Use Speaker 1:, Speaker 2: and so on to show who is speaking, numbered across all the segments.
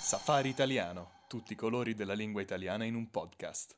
Speaker 1: Safari Italiano, tutti i colori della lingua italiana in un podcast.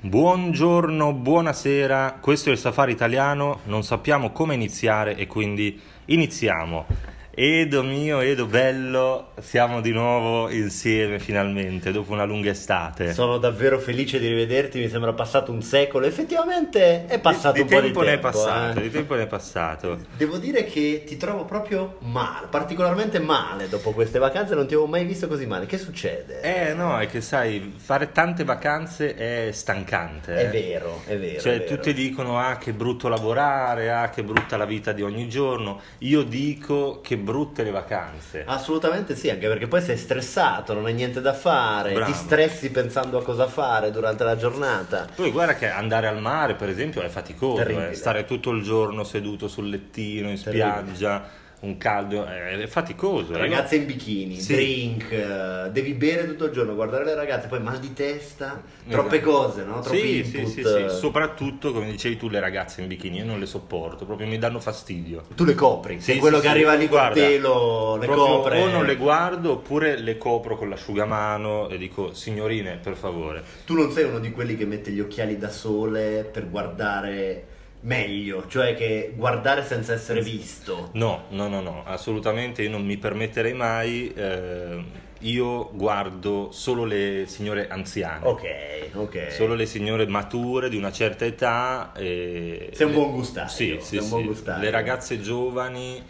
Speaker 2: Buongiorno, buonasera, questo è il Safari Italiano, non sappiamo come iniziare e quindi iniziamo. Edo mio, Edo bello, siamo di nuovo insieme finalmente dopo una lunga estate.
Speaker 3: Sono davvero felice di rivederti, mi sembra passato un secolo, effettivamente è passato
Speaker 2: di,
Speaker 3: un
Speaker 2: di
Speaker 3: po'
Speaker 2: tempo
Speaker 3: di tempo.
Speaker 2: ne è passato,
Speaker 3: eh.
Speaker 2: di tempo ne è passato.
Speaker 3: Devo dire che ti trovo proprio male, particolarmente male dopo queste vacanze, non ti avevo mai visto così male. Che succede?
Speaker 2: Eh no, è che sai, fare tante vacanze è stancante.
Speaker 3: È
Speaker 2: eh.
Speaker 3: vero, è vero.
Speaker 2: Cioè,
Speaker 3: è vero.
Speaker 2: tutti dicono ah che brutto lavorare, ah che brutta la vita di ogni giorno. Io dico che brutte le vacanze.
Speaker 3: Assolutamente sì, anche perché poi sei stressato, non hai niente da fare,
Speaker 2: Bravo.
Speaker 3: ti stressi pensando a cosa fare durante la giornata.
Speaker 2: Poi guarda che andare al mare, per esempio, è faticoso,
Speaker 3: Terribile.
Speaker 2: eh. stare tutto il giorno seduto sul lettino in
Speaker 3: Terribile.
Speaker 2: spiaggia, un caldo, è, è faticoso. eh.
Speaker 3: Ragazze in bikini,
Speaker 2: Sì.
Speaker 3: drink, eh, devi bere tutto il giorno, guardare le ragazze, poi mal di testa,
Speaker 2: Esatto.
Speaker 3: troppe cose, no? Troppi
Speaker 2: Sì, sì,
Speaker 3: input.
Speaker 2: sì, sì, soprattutto come dicevi tu le ragazze in bikini, io non le sopporto, proprio mi danno fastidio.
Speaker 3: Tu le copri,
Speaker 2: Sì,
Speaker 3: sei quello
Speaker 2: sì,
Speaker 3: che
Speaker 2: sì.
Speaker 3: arriva lì col
Speaker 2: Guarda,
Speaker 3: pelo, le
Speaker 2: proprio
Speaker 3: copre.
Speaker 2: O non le guardo oppure le copro con l'asciugamano e dico signorine, per favore.
Speaker 3: Tu non sei uno di quelli che mette gli occhiali da sole per guardare meglio, cioè che guardare senza essere visto.
Speaker 2: No, no, no, no, assolutamente io non mi permetterei mai. eh, io guardo solo le signore anziane.
Speaker 3: Ok, ok.
Speaker 2: Solo le signore mature di una certa età. E...
Speaker 3: Sei un buon gustaio,
Speaker 2: Sì, sì,
Speaker 3: sei un buon
Speaker 2: sì.
Speaker 3: gustaio. Oh,
Speaker 2: Le ragazze giovani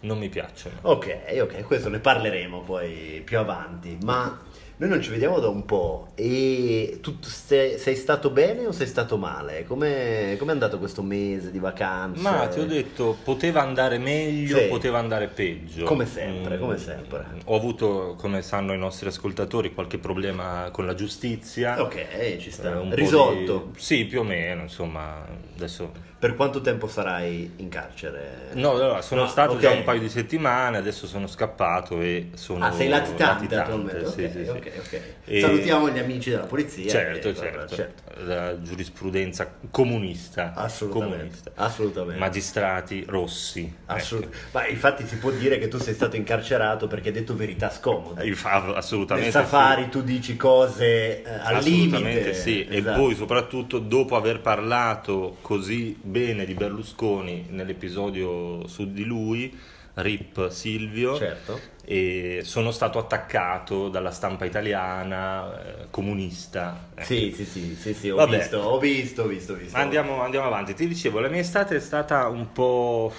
Speaker 2: non mi piacciono.
Speaker 3: Ok, ok, questo ne parleremo poi più avanti, ma noi non ci vediamo da un po' e tu se- sei stato bene o sei stato male? Come come è andato questo mese di vacanze?
Speaker 2: Ma ti ho detto, poteva andare meglio,
Speaker 3: Sì.
Speaker 2: poteva andare peggio.
Speaker 3: Come sempre,
Speaker 2: Mm,
Speaker 3: come sempre.
Speaker 2: Ho avuto, come sanno i nostri ascoltatori, qualche problema con la giustizia.
Speaker 3: Ok, ci
Speaker 2: Eh,
Speaker 3: sta.
Speaker 2: un po'
Speaker 3: Risolto.
Speaker 2: di- Sì, più o meno, insomma, adesso
Speaker 3: Per quanto tempo sarai in carcere?
Speaker 2: No, allora, sono
Speaker 3: No,
Speaker 2: stato
Speaker 3: Ah, ok.
Speaker 2: già un paio di settimane, adesso sono scappato e sono
Speaker 3: Ah, sei latitante attualmente.
Speaker 2: latitante, sì,
Speaker 3: ok,
Speaker 2: sì, sì.
Speaker 3: ok, ok.
Speaker 2: E-
Speaker 3: Salutiamo gli amici della polizia.
Speaker 2: Certo,
Speaker 3: eh,
Speaker 2: certo,
Speaker 3: vabbè,
Speaker 2: La giurisprudenza comunista.
Speaker 3: Assolutamente.
Speaker 2: comunista.
Speaker 3: Assolutamente.
Speaker 2: Magistrati rossi. ecco.
Speaker 3: Assolut- Ma infatti si può dire che tu sei stato incarcerato perché hai detto verità scomode.
Speaker 2: Ecco. Eh, fa- Assolutamente.
Speaker 3: Nel
Speaker 2: sì.
Speaker 3: safari tu dici cose eh, al
Speaker 2: Assolutamente
Speaker 3: limite.
Speaker 2: sì,
Speaker 3: Esatto.
Speaker 2: e poi soprattutto dopo aver parlato così bene di Berlusconi nell'episodio su di lui, Rip Silvio,
Speaker 3: Certo.
Speaker 2: e sono stato attaccato dalla stampa italiana eh, comunista. Ecco.
Speaker 3: Sì, sì, sì, sì, sì, ho
Speaker 2: Vabbè.
Speaker 3: visto, ho visto, ho visto, ho visto.
Speaker 2: Ma Andiamo, andiamo avanti, ti dicevo, la mia estate è stata un po'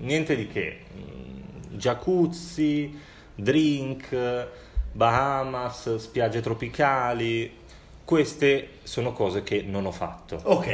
Speaker 2: niente di che. Mm, Jacuzzi, drink, Bahamas, spiagge tropicali. Queste sono cose che non ho fatto.
Speaker 3: Ok,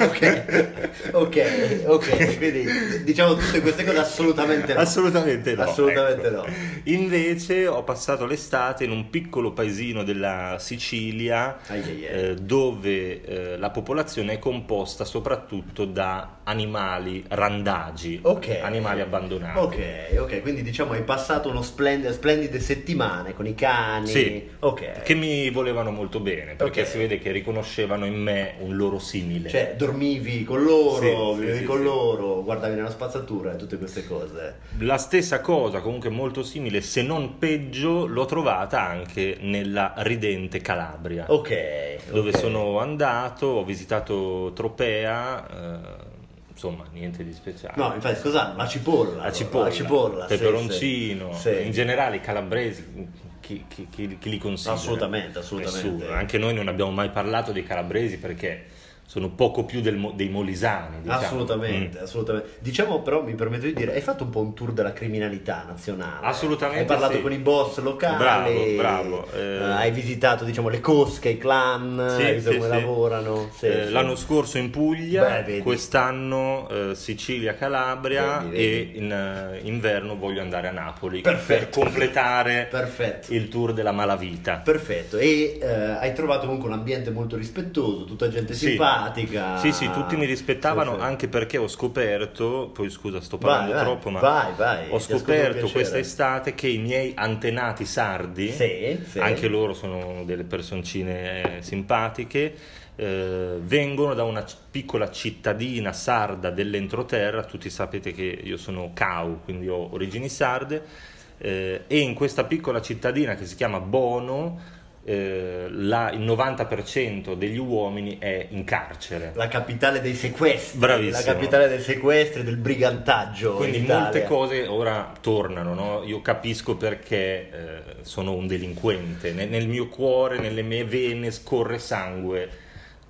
Speaker 3: ok, ok, ok, quindi diciamo tutte queste cose assolutamente no.
Speaker 2: Assolutamente no.
Speaker 3: Assolutamente
Speaker 2: ecco.
Speaker 3: no.
Speaker 2: Invece ho passato l'estate in un piccolo paesino della Sicilia
Speaker 3: Ai, ai, ai.
Speaker 2: eh, dove eh, la popolazione è composta soprattutto da animali randagi,
Speaker 3: Ok.
Speaker 2: animali abbandonati.
Speaker 3: Ok, ok, quindi diciamo hai passato uno splend- splendide settimane con i cani.
Speaker 2: Sì.
Speaker 3: Ok.
Speaker 2: Che mi volevano molto bene perché
Speaker 3: Ok.
Speaker 2: si vede che riconoscevano in me un loro simile.
Speaker 3: Cioè, dormivi con loro,
Speaker 2: Sì, sì,
Speaker 3: vivevi
Speaker 2: sì,
Speaker 3: con
Speaker 2: sì.
Speaker 3: loro, guardavi nella spazzatura e tutte queste cose.
Speaker 2: La stessa cosa, comunque molto simile, se non peggio, l'ho trovata anche nella ridente Calabria.
Speaker 3: Ok.
Speaker 2: dove
Speaker 3: ok.
Speaker 2: sono andato, ho visitato Tropea, eh, insomma niente di speciale.
Speaker 3: No, infatti, cos'ha? La cipolla.
Speaker 2: la cipolla,
Speaker 3: La cipolla, sì,
Speaker 2: peperoncino,
Speaker 3: sì, sì.
Speaker 2: in generale i calabresi, chi, chi- chi- chi li consiglia?
Speaker 3: Assolutamente, assolutamente.
Speaker 2: Nessuno. Anche noi non abbiamo mai parlato dei calabresi perché sono poco più del mo- dei molisani. diciamo.
Speaker 3: Assolutamente,
Speaker 2: Mm.
Speaker 3: assolutamente. Diciamo però, mi permetto di dire, hai fatto un po' un tour della criminalità nazionale.
Speaker 2: Assolutamente
Speaker 3: Hai parlato
Speaker 2: sì.
Speaker 3: con i boss locali.
Speaker 2: Bravo, bravo, eh.
Speaker 3: hai visitato, diciamo, le cosche, i clan,
Speaker 2: Sì,
Speaker 3: hai visto
Speaker 2: sì,
Speaker 3: Ah, come
Speaker 2: sì.
Speaker 3: lavorano. Sì,
Speaker 2: Eh,
Speaker 3: sì.
Speaker 2: L'anno scorso in Puglia,
Speaker 3: Beh, vedi.
Speaker 2: quest'anno eh, Sicilia, Calabria
Speaker 3: Vedi, vedi.
Speaker 2: e in eh, inverno voglio andare a Napoli
Speaker 3: Perfetto.
Speaker 2: per completare
Speaker 3: Perfetto.
Speaker 2: il tour della malavita.
Speaker 3: Perfetto, e eh, hai trovato comunque un ambiente molto rispettoso, tutta gente
Speaker 2: Sì.
Speaker 3: simpatica.
Speaker 2: Sì, sì, tutti mi rispettavano
Speaker 3: Sì, sì.
Speaker 2: anche perché ho scoperto, poi scusa sto
Speaker 3: Vai,
Speaker 2: parlando
Speaker 3: vai,
Speaker 2: troppo, ma
Speaker 3: vai,
Speaker 2: ho
Speaker 3: vai, ti ascolto con
Speaker 2: scoperto
Speaker 3: piacere.
Speaker 2: questa estate che i miei antenati sardi,
Speaker 3: Sì, sì.
Speaker 2: anche loro sono delle personcine eh, simpatiche, eh, vengono da una c- piccola cittadina sarda dell'entroterra, tutti sapete che io sono cau, quindi ho origini sarde. eh, e in questa piccola cittadina che si chiama Bono eh, la- il 90% degli uomini è in carcere.
Speaker 3: La capitale dei sequestri.
Speaker 2: Bravissimo.
Speaker 3: La capitale dei sequestri, del brigantaggio.
Speaker 2: Quindi
Speaker 3: in Italia.
Speaker 2: molte cose ora tornano, no? io capisco perché eh, sono un delinquente, nel, nel mio cuore, nelle mie vene scorre sangue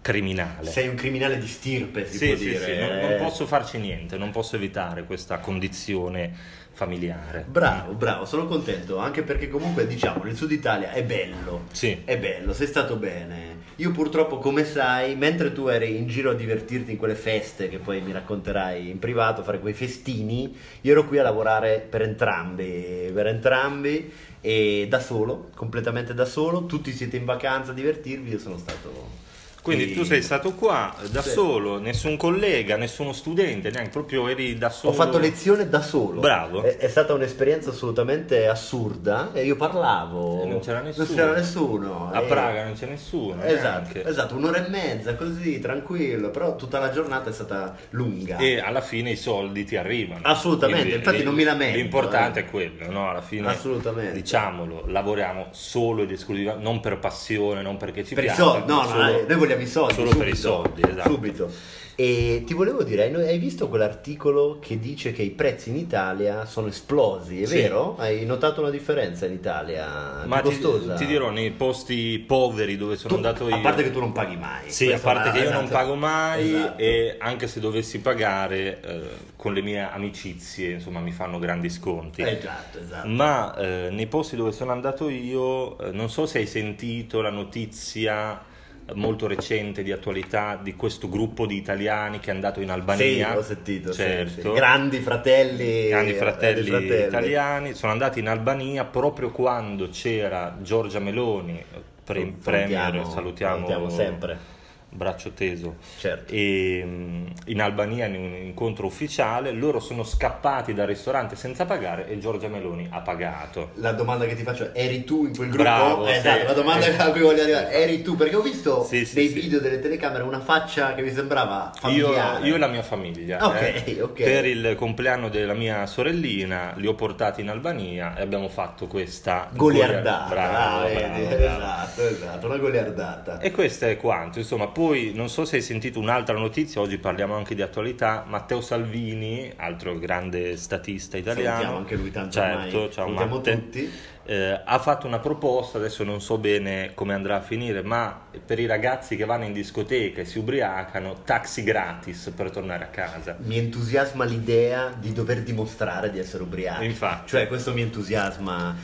Speaker 2: criminale.
Speaker 3: Sei un criminale di stirpe, si
Speaker 2: Sì,
Speaker 3: può
Speaker 2: sì,
Speaker 3: dire.
Speaker 2: sì, non,
Speaker 3: eh.
Speaker 2: non posso farci niente, non posso evitare questa condizione familiare.
Speaker 3: Bravo, bravo, sono contento, anche perché comunque diciamo il Sud Italia è bello.
Speaker 2: Sì.
Speaker 3: È bello, sei stato bene. Io purtroppo, come sai, mentre tu eri in giro a divertirti in quelle feste che poi mi racconterai in privato, fare quei festini, io ero qui a lavorare per entrambi, per entrambi e da solo, completamente da solo, tutti siete in vacanza a divertirvi, io sono stato
Speaker 2: Quindi
Speaker 3: qui.
Speaker 2: tu sei stato qua da
Speaker 3: Sì.
Speaker 2: solo, nessun collega, nessuno studente, neanche proprio eri da
Speaker 3: Ho
Speaker 2: solo.
Speaker 3: fatto lezione da solo.
Speaker 2: Bravo.
Speaker 3: È, è stata un'esperienza assolutamente assurda. E io parlavo.
Speaker 2: E non c'era nessuno.
Speaker 3: c'era nessuno.
Speaker 2: A
Speaker 3: E-
Speaker 2: Praga non c'è nessuno.
Speaker 3: Esatto,
Speaker 2: neanche.
Speaker 3: esatto, un'ora e mezza così, tranquillo. Però tutta la giornata è stata lunga.
Speaker 2: E alla fine i soldi ti arrivano.
Speaker 3: Assolutamente, infatti non mi lamento,
Speaker 2: L'importante
Speaker 3: eh.
Speaker 2: è quello, no? Alla fine, Diciamo,
Speaker 3: Assolutamente.
Speaker 2: diciamolo, lavoriamo solo ed esclusivamente, non per passione, non perché ci
Speaker 3: Per i
Speaker 2: piace.
Speaker 3: soldi, no,
Speaker 2: ma
Speaker 3: no,
Speaker 2: solo-
Speaker 3: noi vogliamo i soldi.
Speaker 2: Solo per i
Speaker 3: subito,
Speaker 2: soldi, esatto.
Speaker 3: Subito. E ti volevo dire, hai- hai visto quell'articolo che dice che i prezzi in Italia sono esplosi, è
Speaker 2: Sì.
Speaker 3: vero? Hai notato una differenza in Italia?
Speaker 2: Ma
Speaker 3: più
Speaker 2: ti,
Speaker 3: costosa?
Speaker 2: ti dirò, nei posti poveri dove sono
Speaker 3: Tu-
Speaker 2: andato io...
Speaker 3: A parte che tu non paghi mai.
Speaker 2: Sì, a
Speaker 3: Questa
Speaker 2: parte
Speaker 3: è
Speaker 2: che io
Speaker 3: una-
Speaker 2: non
Speaker 3: esatto.
Speaker 2: pago mai
Speaker 3: Esatto.
Speaker 2: e anche se dovessi pagare eh, con le mie amicizie, insomma, mi fanno grandi sconti.
Speaker 3: Eh, Esatto, esatto.
Speaker 2: Ma eh, nei posti dove sono andato io, eh, non so se hai sentito la notizia eh, molto recente di attualità di questo gruppo di italiani che è andato in Albania.
Speaker 3: Sì, ho sentito, sì,
Speaker 2: certo.
Speaker 3: sì. Grandi fratelli, eh,
Speaker 2: Grandi fratelli,
Speaker 3: grandi fratelli.
Speaker 2: italiani sono andati in Albania proprio quando c'era Giorgia Meloni, pre-
Speaker 3: Salutiamo-
Speaker 2: premier, salutiamo,
Speaker 3: salutiamo sempre.
Speaker 2: braccio teso,
Speaker 3: Certo.
Speaker 2: e, mm, in Albania in un incontro ufficiale, loro sono scappati dal ristorante senza pagare e Giorgia Meloni ha pagato.
Speaker 3: La domanda che ti faccio è, eri tu in quel gruppo?
Speaker 2: Bravo,
Speaker 3: esatto,
Speaker 2: sì.
Speaker 3: la domanda
Speaker 2: Eh.
Speaker 3: a cui voglio arrivare, eri tu? Perché ho visto
Speaker 2: Sì, sì,
Speaker 3: dei
Speaker 2: sì.
Speaker 3: video delle telecamere una faccia che mi sembrava
Speaker 2: Io,
Speaker 3: familiare.
Speaker 2: io e la mia famiglia
Speaker 3: Ok,
Speaker 2: eh.
Speaker 3: ok.
Speaker 2: per il compleanno della mia sorellina li ho portati in Albania e abbiamo fatto questa
Speaker 3: Goliardata,
Speaker 2: golia- Bravo,
Speaker 3: ah, vedi,
Speaker 2: bravo, bravo.
Speaker 3: esatto, esatto, una goliardata.
Speaker 2: E questo è quanto, insomma, poi non so se hai sentito un'altra notizia, oggi parliamo anche di attualità, Matteo Salvini, altro grande statista italiano,
Speaker 3: Salutiamo anche lui tanto
Speaker 2: certo,
Speaker 3: ormai,
Speaker 2: ciao
Speaker 3: salutiamo
Speaker 2: Matte,
Speaker 3: tutti.
Speaker 2: eh, ha fatto una proposta, adesso non so bene come andrà a finire, ma per i ragazzi che vanno in discoteca e si ubriacano, taxi gratis per tornare a casa.
Speaker 3: Mi entusiasma l'idea di dover dimostrare di essere ubriaco.
Speaker 2: Infatti.
Speaker 3: Cioè, questo mi entusiasma.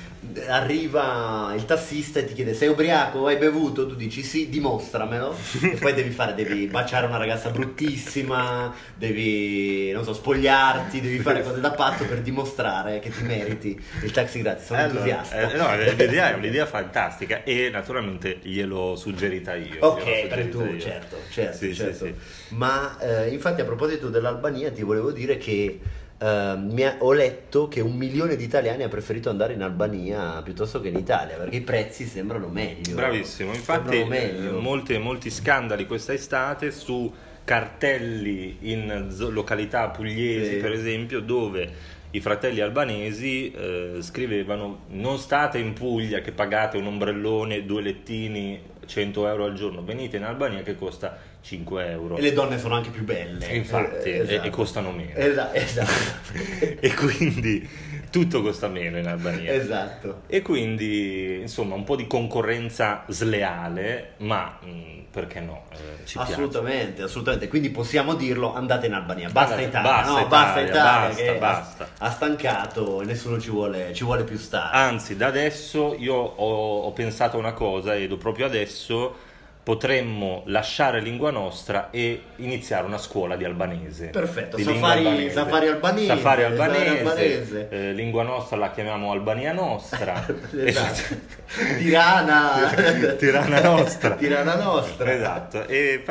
Speaker 3: Arriva il tassista e ti chiede: Sei ubriaco? Hai bevuto? Tu dici sì, dimostramelo. e poi devi fare, devi baciare una ragazza bruttissima, devi, non so, spogliarti, devi fare cose da pazzo per dimostrare che ti meriti il taxi gratis. Sono
Speaker 2: Allora,
Speaker 3: entusiasta.
Speaker 2: eh, no, eh, l'idea è un'idea fantastica e naturalmente gliel'ho suggerita io. gliel'ho
Speaker 3: Ok, per
Speaker 2: suggerita
Speaker 3: tu,
Speaker 2: io.
Speaker 3: certo, certo,
Speaker 2: Sì, sì,
Speaker 3: certo.
Speaker 2: sì.
Speaker 3: Ma eh, infatti a proposito dell'Albania ti volevo dire che eh, mi ha- ho letto che un milione di italiani ha preferito andare in Albania piuttosto che in Italia perché i prezzi sembrano meglio.
Speaker 2: Bravissimo, infatti
Speaker 3: Sembrano meglio.
Speaker 2: eh, molte- molti scandali questa estate su cartelli in zo- località pugliesi
Speaker 3: Sì.
Speaker 2: per esempio dove i fratelli albanesi eh, scrivevano non state in Puglia che pagate un ombrellone, due lettini, 100 euro al giorno, venite in Albania che costa 5 euro.
Speaker 3: E le donne sono anche più belle.
Speaker 2: Infatti, e-
Speaker 3: Eh, esatto.
Speaker 2: e costano meno.
Speaker 3: Esa- esatto.
Speaker 2: e quindi tutto costa meno in Albania.
Speaker 3: esatto.
Speaker 2: E quindi, insomma, un po' di concorrenza sleale, ma mh, perché no? Eh, ci piace.
Speaker 3: Assolutamente, assolutamente. Quindi possiamo dirlo, andate in Albania. Basta
Speaker 2: Andate-
Speaker 3: Italia,
Speaker 2: basta
Speaker 3: no,
Speaker 2: Italia,
Speaker 3: basta Italia
Speaker 2: basta,
Speaker 3: che ha-
Speaker 2: basta.
Speaker 3: Ha, stancato e nessuno ci vuole, ci vuole più stare.
Speaker 2: Anzi, da adesso io ho, ho pensato a una cosa, Edo, proprio adesso potremmo lasciare lingua nostra e iniziare una scuola di albanese.
Speaker 3: Perfetto,
Speaker 2: Di lingua
Speaker 3: safari-
Speaker 2: albanese.
Speaker 3: safari albanese,
Speaker 2: Safari
Speaker 3: safari
Speaker 2: albanese.
Speaker 3: albanese.
Speaker 2: eh, lingua nostra la chiamiamo Albania nostra. E
Speaker 3: Esatto.
Speaker 2: fac-
Speaker 3: Tirana
Speaker 2: Tirana nostra.
Speaker 3: Tirana nostra
Speaker 2: Esatto, e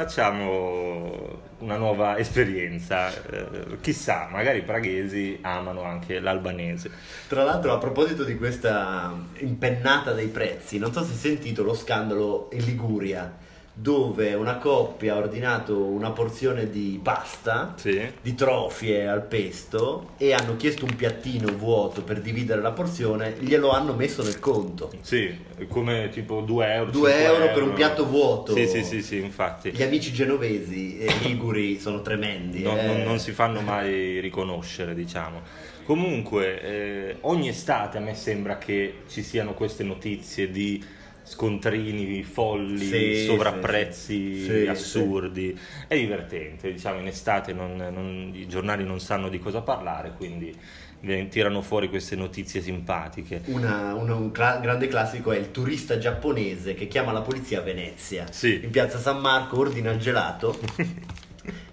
Speaker 2: facciamo una nuova esperienza. Eh, chissà, magari i praghesi amano anche l'albanese.
Speaker 3: Tra l'altro, a proposito di questa impennata dei prezzi, non so se hai sentito lo scandalo in Liguria dove una coppia ha ordinato una porzione di pasta,
Speaker 2: Sì.
Speaker 3: di trofie al pesto e hanno chiesto un piattino vuoto per dividere la porzione, glielo hanno messo nel conto.
Speaker 2: Sì, come tipo 2 euro.
Speaker 3: Due
Speaker 2: cinque
Speaker 3: euro per un piatto vuoto.
Speaker 2: Sì, sì, sì, sì, infatti.
Speaker 3: Gli amici genovesi e liguri sono tremendi.
Speaker 2: Non,
Speaker 3: eh.
Speaker 2: non- non si fanno mai riconoscere, diciamo. Comunque, eh, ogni estate a me sembra che ci siano queste notizie di scontrini folli,
Speaker 3: Sì,
Speaker 2: sovrapprezzi
Speaker 3: sì, sì. Sì,
Speaker 2: assurdi. È divertente, diciamo, in estate non- non- i giornali non sanno di cosa parlare, quindi ven- tirano fuori queste notizie simpatiche.
Speaker 3: Una- una- un cla- grande classico è il turista giapponese che chiama la polizia a Venezia.
Speaker 2: Sì.
Speaker 3: In piazza San Marco ordina il gelato.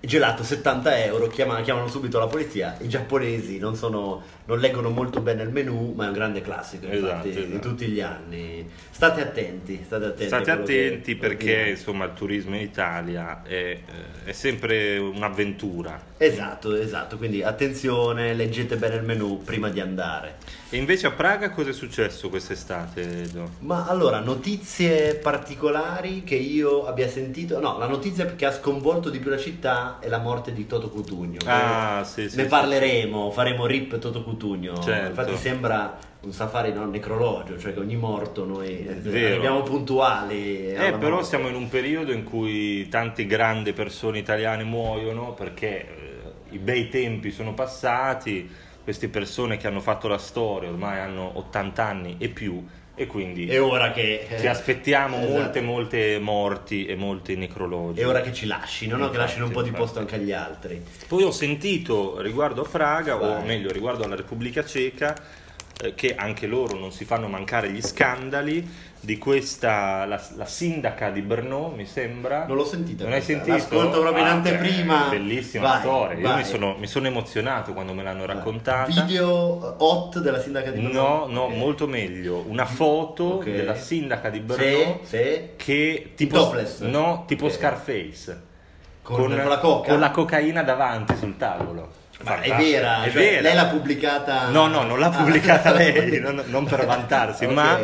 Speaker 3: Gelato 70 euro, chiama- chiamano subito la polizia. I giapponesi non, sono, non leggono molto bene il menù, ma è un grande classico
Speaker 2: Esatto,
Speaker 3: infatti,
Speaker 2: esatto.
Speaker 3: di tutti gli anni. State attenti, state attenti. a
Speaker 2: State
Speaker 3: quello che-
Speaker 2: attenti
Speaker 3: quello che
Speaker 2: perché
Speaker 3: dirà.
Speaker 2: insomma il turismo in Italia è, eh, è sempre un'avventura.
Speaker 3: Esatto, esatto. Quindi attenzione, leggete bene il menù prima di andare.
Speaker 2: E invece a Praga cosa è successo quest'estate? Edo?
Speaker 3: Ma allora, notizie particolari che io abbia sentito? No, la notizia che ha sconvolto di più la città è la morte di Toto Cutugno.
Speaker 2: Ah, sì, sì,
Speaker 3: ne
Speaker 2: sì.
Speaker 3: parleremo, faremo rip Toto Cutugno.
Speaker 2: Certo.
Speaker 3: Infatti sembra un safari no? necrologio, cioè che ogni morto noi eh,
Speaker 2: vero.
Speaker 3: arriviamo puntuali. alla
Speaker 2: Eh, però
Speaker 3: morte.
Speaker 2: siamo in un periodo in cui tante grandi persone italiane muoiono perché eh, i bei tempi sono passati, queste persone che hanno fatto la storia ormai hanno 80 anni e più e quindi
Speaker 3: È ora che...
Speaker 2: ci aspettiamo
Speaker 3: Esatto.
Speaker 2: molte molte morti e molti necrologi.
Speaker 3: È ora che ci lasciano, no? che
Speaker 2: Infatti,
Speaker 3: lasciano un po' di
Speaker 2: infatti.
Speaker 3: posto anche agli altri.
Speaker 2: Poi ho sentito riguardo a Praga, o
Speaker 3: Vai.
Speaker 2: meglio riguardo alla Repubblica Ceca, eh, che anche loro non si fanno mancare gli scandali di questa, la, la sindaca di Brno, mi sembra.
Speaker 3: Non l'ho sentita
Speaker 2: Non hai
Speaker 3: questa.
Speaker 2: sentito?
Speaker 3: L'ascolto proprio in
Speaker 2: Ah,
Speaker 3: anteprima.
Speaker 2: beh, Bellissima
Speaker 3: Vai,
Speaker 2: storia. Io
Speaker 3: vai.
Speaker 2: mi sono, mi sono emozionato quando me l'hanno raccontata.
Speaker 3: Video eh, hot della sindaca di Brno?
Speaker 2: No, no,
Speaker 3: Ok.
Speaker 2: molto meglio. Una foto
Speaker 3: Ok.
Speaker 2: della sindaca di
Speaker 3: Sì,
Speaker 2: Brno
Speaker 3: sì.
Speaker 2: che
Speaker 3: In
Speaker 2: tipo,
Speaker 3: topless?
Speaker 2: no, tipo
Speaker 3: Ok.
Speaker 2: Scarface.
Speaker 3: Con- con la coca?
Speaker 2: con la cocaina davanti sul tavolo.
Speaker 3: Ma è
Speaker 2: Fantastico.
Speaker 3: vera,
Speaker 2: È
Speaker 3: cioè,
Speaker 2: vera.
Speaker 3: lei l'ha pubblicata.
Speaker 2: No, no, non l'ha pubblicata
Speaker 3: Ah.
Speaker 2: lei, non, non per vantarsi,
Speaker 3: Ok.
Speaker 2: ma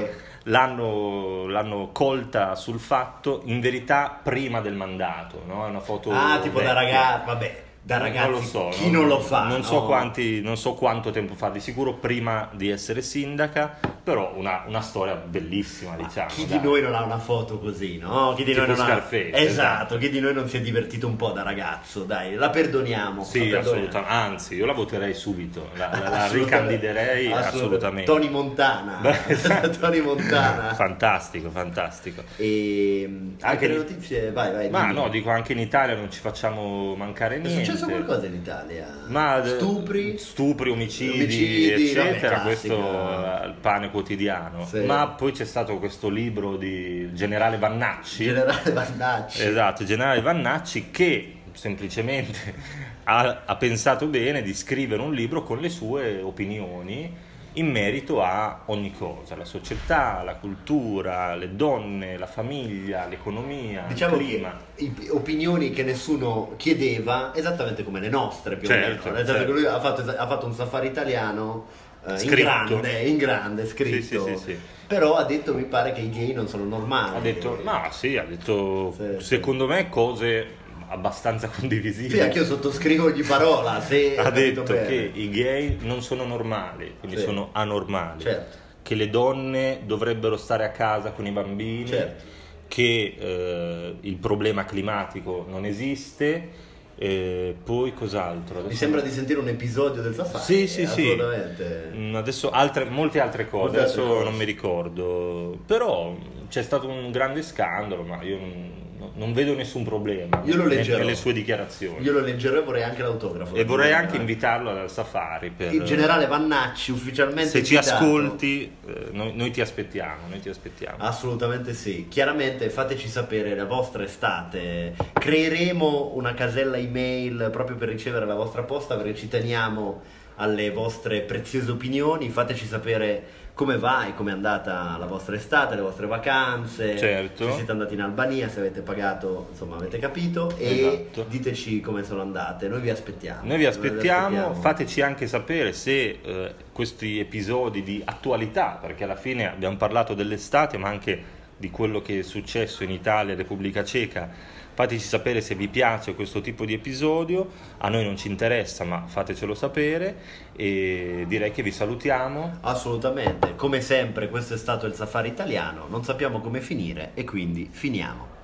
Speaker 2: l'hanno, l'hanno colta sul fatto in verità prima del mandato. No? È una foto
Speaker 3: Ah, tipo da
Speaker 2: vecchia.
Speaker 3: ragazzi, vabbè, da ragazzi,
Speaker 2: non lo so,
Speaker 3: chi non, lo fa?
Speaker 2: Non so,
Speaker 3: no?
Speaker 2: quanti, non so quanto tempo fa, di sicuro prima di essere sindaca, però una, una storia bellissima,
Speaker 3: Ma
Speaker 2: diciamo.
Speaker 3: chi
Speaker 2: dai.
Speaker 3: di noi non ha una foto così, no? Chi di
Speaker 2: Tipo
Speaker 3: noi non
Speaker 2: Scarface,
Speaker 3: ha... Esatto,
Speaker 2: esatto.
Speaker 3: chi di noi non si è divertito un po' da ragazzo, dai, la perdoniamo.
Speaker 2: Sì,
Speaker 3: la perdoniamo.
Speaker 2: assolutamente. Anzi, io la voterei subito, la, la- la
Speaker 3: Assolutamente.
Speaker 2: ricandiderei assolutamente.
Speaker 3: Tony Montana.
Speaker 2: Beh, esatto.
Speaker 3: Tony Montana.
Speaker 2: Fantastico, fantastico.
Speaker 3: E mm, altre
Speaker 2: Anche-
Speaker 3: notizie, vai, vai.
Speaker 2: Ma
Speaker 3: dimmi.
Speaker 2: no, dico anche in Italia non ci facciamo mancare
Speaker 3: È
Speaker 2: niente.
Speaker 3: successo qualcosa in Italia?
Speaker 2: Ma, eh,
Speaker 3: Stupri?
Speaker 2: stupri, omicidi,
Speaker 3: Omicidi,
Speaker 2: eccetera,
Speaker 3: vabbè,
Speaker 2: questo
Speaker 3: classica.
Speaker 2: è il pane quotidiano.
Speaker 3: Sì.
Speaker 2: Ma poi c'è stato questo libro di generale Vannacci.
Speaker 3: Generale Vannacci.
Speaker 2: Esatto, il generale Vannacci che semplicemente ha, ha pensato bene di scrivere un libro con le sue opinioni in merito a ogni cosa, la società, la cultura, le donne, la famiglia, l'economia,
Speaker 3: Diciamo
Speaker 2: il
Speaker 3: che
Speaker 2: clima.
Speaker 3: i- opinioni che nessuno chiedeva, esattamente come le nostre più
Speaker 2: Certo,
Speaker 3: o meno. Nel senso
Speaker 2: certo.
Speaker 3: che lui ha fatto, ha fatto un safari italiano eh, in
Speaker 2: Scritto.
Speaker 3: grande, in grande, scritto.
Speaker 2: Sì, sì, sì, sì.
Speaker 3: Però ha detto mi pare che i gay non sono normali.
Speaker 2: Ha detto, no, sì, ha detto
Speaker 3: Sì, sì.
Speaker 2: secondo me cose abbastanza
Speaker 3: Sì,
Speaker 2: condivisibili.
Speaker 3: anche io sottoscrivo ogni parola, se
Speaker 2: ha
Speaker 3: Eh, capito
Speaker 2: detto
Speaker 3: bene.
Speaker 2: che i gay non sono normali, quindi
Speaker 3: Sì.
Speaker 2: sono anormali.
Speaker 3: Certo.
Speaker 2: Che le donne dovrebbero stare a casa con i bambini,
Speaker 3: Certo.
Speaker 2: che eh, il problema climatico non esiste. eh, poi cos'altro?
Speaker 3: Mi
Speaker 2: Adesso-
Speaker 3: sembra di sentire un episodio del safari.
Speaker 2: Sì, sì, sì.
Speaker 3: assolutamente.
Speaker 2: Mm, Adesso altre, molte altre cose,
Speaker 3: Molte altre
Speaker 2: adesso
Speaker 3: cose.
Speaker 2: non mi ricordo. Però mm, c'è stato un grande scandalo, ma io non, non vedo nessun problema
Speaker 3: Io lo
Speaker 2: ne-
Speaker 3: leggerò.
Speaker 2: nelle sue dichiarazioni.
Speaker 3: Io lo leggerò e vorrei anche l'autografo.
Speaker 2: E vorrei anche
Speaker 3: Eh.
Speaker 2: invitarlo al safari per...
Speaker 3: Il generale Vannacci ufficialmente
Speaker 2: se ci
Speaker 3: invitato.
Speaker 2: ascolti, eh, noi, noi ti aspettiamo, noi ti aspettiamo.
Speaker 3: Assolutamente sì. Chiaramente fateci sapere la vostra estate. Creeremo una casella email proprio per ricevere la vostra posta perché ci teniamo alle vostre preziose opinioni. Fateci sapere come va e come è andata la vostra estate, le vostre vacanze.
Speaker 2: Certo.
Speaker 3: Se siete andati in Albania, se avete pagato, insomma, avete capito e
Speaker 2: Esatto.
Speaker 3: diteci come sono andate. Noi vi aspettiamo.
Speaker 2: Noi vi aspettiamo, fateci anche sapere se eh, questi episodi di attualità, perché alla fine abbiamo parlato dell'estate, ma anche di quello che è successo in Italia e Repubblica Ceca. Fateci sapere se vi piace questo tipo di episodio, a noi non ci interessa ma fatecelo sapere e direi che vi salutiamo.
Speaker 3: Assolutamente, come sempre questo è stato il safari italiano, non sappiamo come finire e quindi finiamo.